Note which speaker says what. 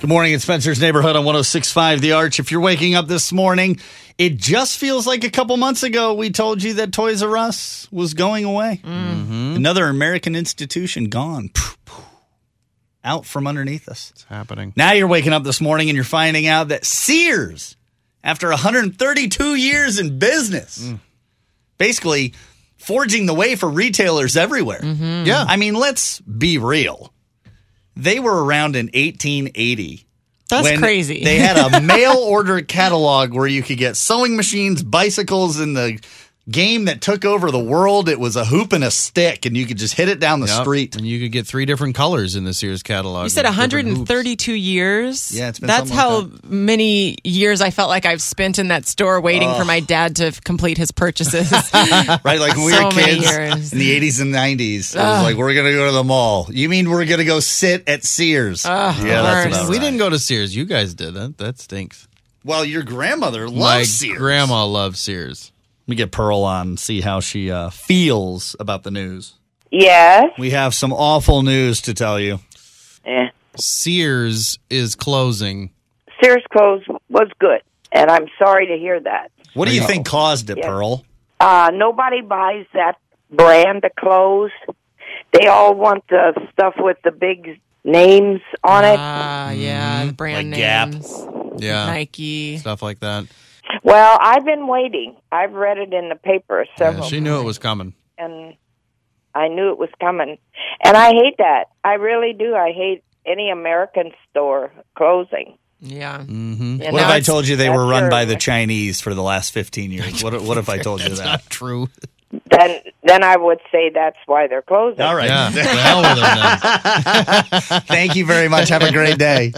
Speaker 1: Good morning. It's Spencer's Neighborhood on 1065 The Arch. If you're waking up this morning, it just feels like a couple months ago we told you that Toys R Us was going away. Another American institution gone. Phew, phew. Out from underneath us.
Speaker 2: It's happening.
Speaker 1: Now you're waking up this morning and you're finding out that Sears, after 132 years in business, basically forging the way for retailers everywhere.
Speaker 2: Yeah.
Speaker 1: I mean, let's be real. They were around in 1880.
Speaker 3: That's
Speaker 1: when
Speaker 3: crazy.
Speaker 1: They had a mail order catalog where you could get sewing machines, bicycles, and the game that took over the world. It was a hoop and a stick, and you could just hit it down the
Speaker 2: Yep.
Speaker 1: street.
Speaker 2: And you could get three different colors in the Sears catalog.
Speaker 3: you said
Speaker 2: with different
Speaker 3: 132 years.
Speaker 1: Yeah, it's been
Speaker 3: That's
Speaker 1: something
Speaker 3: how
Speaker 1: like
Speaker 3: many years I felt like I've spent in that store waiting for my dad to f- complete his purchases.
Speaker 1: Right, like when we
Speaker 3: So
Speaker 1: were
Speaker 3: many
Speaker 1: kids
Speaker 3: years.
Speaker 1: in the 80s and 90s, it was like, we're going to go to the mall. You mean we're going to go sit at Sears? yeah, that's about
Speaker 3: worse.
Speaker 2: hoops. We
Speaker 1: right.
Speaker 2: didn't go to Sears. You guys did. That that stinks.
Speaker 1: Well, your grandmother loves
Speaker 2: My
Speaker 1: Sears.
Speaker 2: grandma loves Sears.
Speaker 1: Let me get Pearl on and see how she uh, feels about the news.
Speaker 4: Yes.
Speaker 1: We have some awful news to tell you.
Speaker 4: Eh.
Speaker 2: Sears is closing.
Speaker 4: Sears clothes was good, and I'm sorry to hear that.
Speaker 1: What do you think caused it, Pearl?
Speaker 4: Uh, nobody buys that brand of clothes. They all want the stuff with the big names on it.
Speaker 3: Ah,
Speaker 1: Mm-hmm.
Speaker 3: yeah, the brand
Speaker 1: Like Gap. Uh,
Speaker 3: names,
Speaker 2: Yeah.
Speaker 3: Nike.
Speaker 2: Stuff like that.
Speaker 4: well, I've been waiting. I've read it in the paper
Speaker 2: Yeah,
Speaker 4: several
Speaker 2: she knew it was coming.
Speaker 4: and I knew it was coming. And I hate that. I really do. I hate any American store closing.
Speaker 3: Yeah,
Speaker 2: Mm-hmm.
Speaker 4: You
Speaker 1: What if
Speaker 4: know?
Speaker 1: I told you they were
Speaker 4: that's
Speaker 1: run
Speaker 4: your-
Speaker 1: by the Chinese for the last 15 years? What, what if I told you
Speaker 2: That's
Speaker 1: that?
Speaker 2: not true.
Speaker 4: Then, then I would say that's why they're closing.
Speaker 1: All right.
Speaker 2: Yeah. the hell with them then.
Speaker 1: Thank you very much. Have a great day.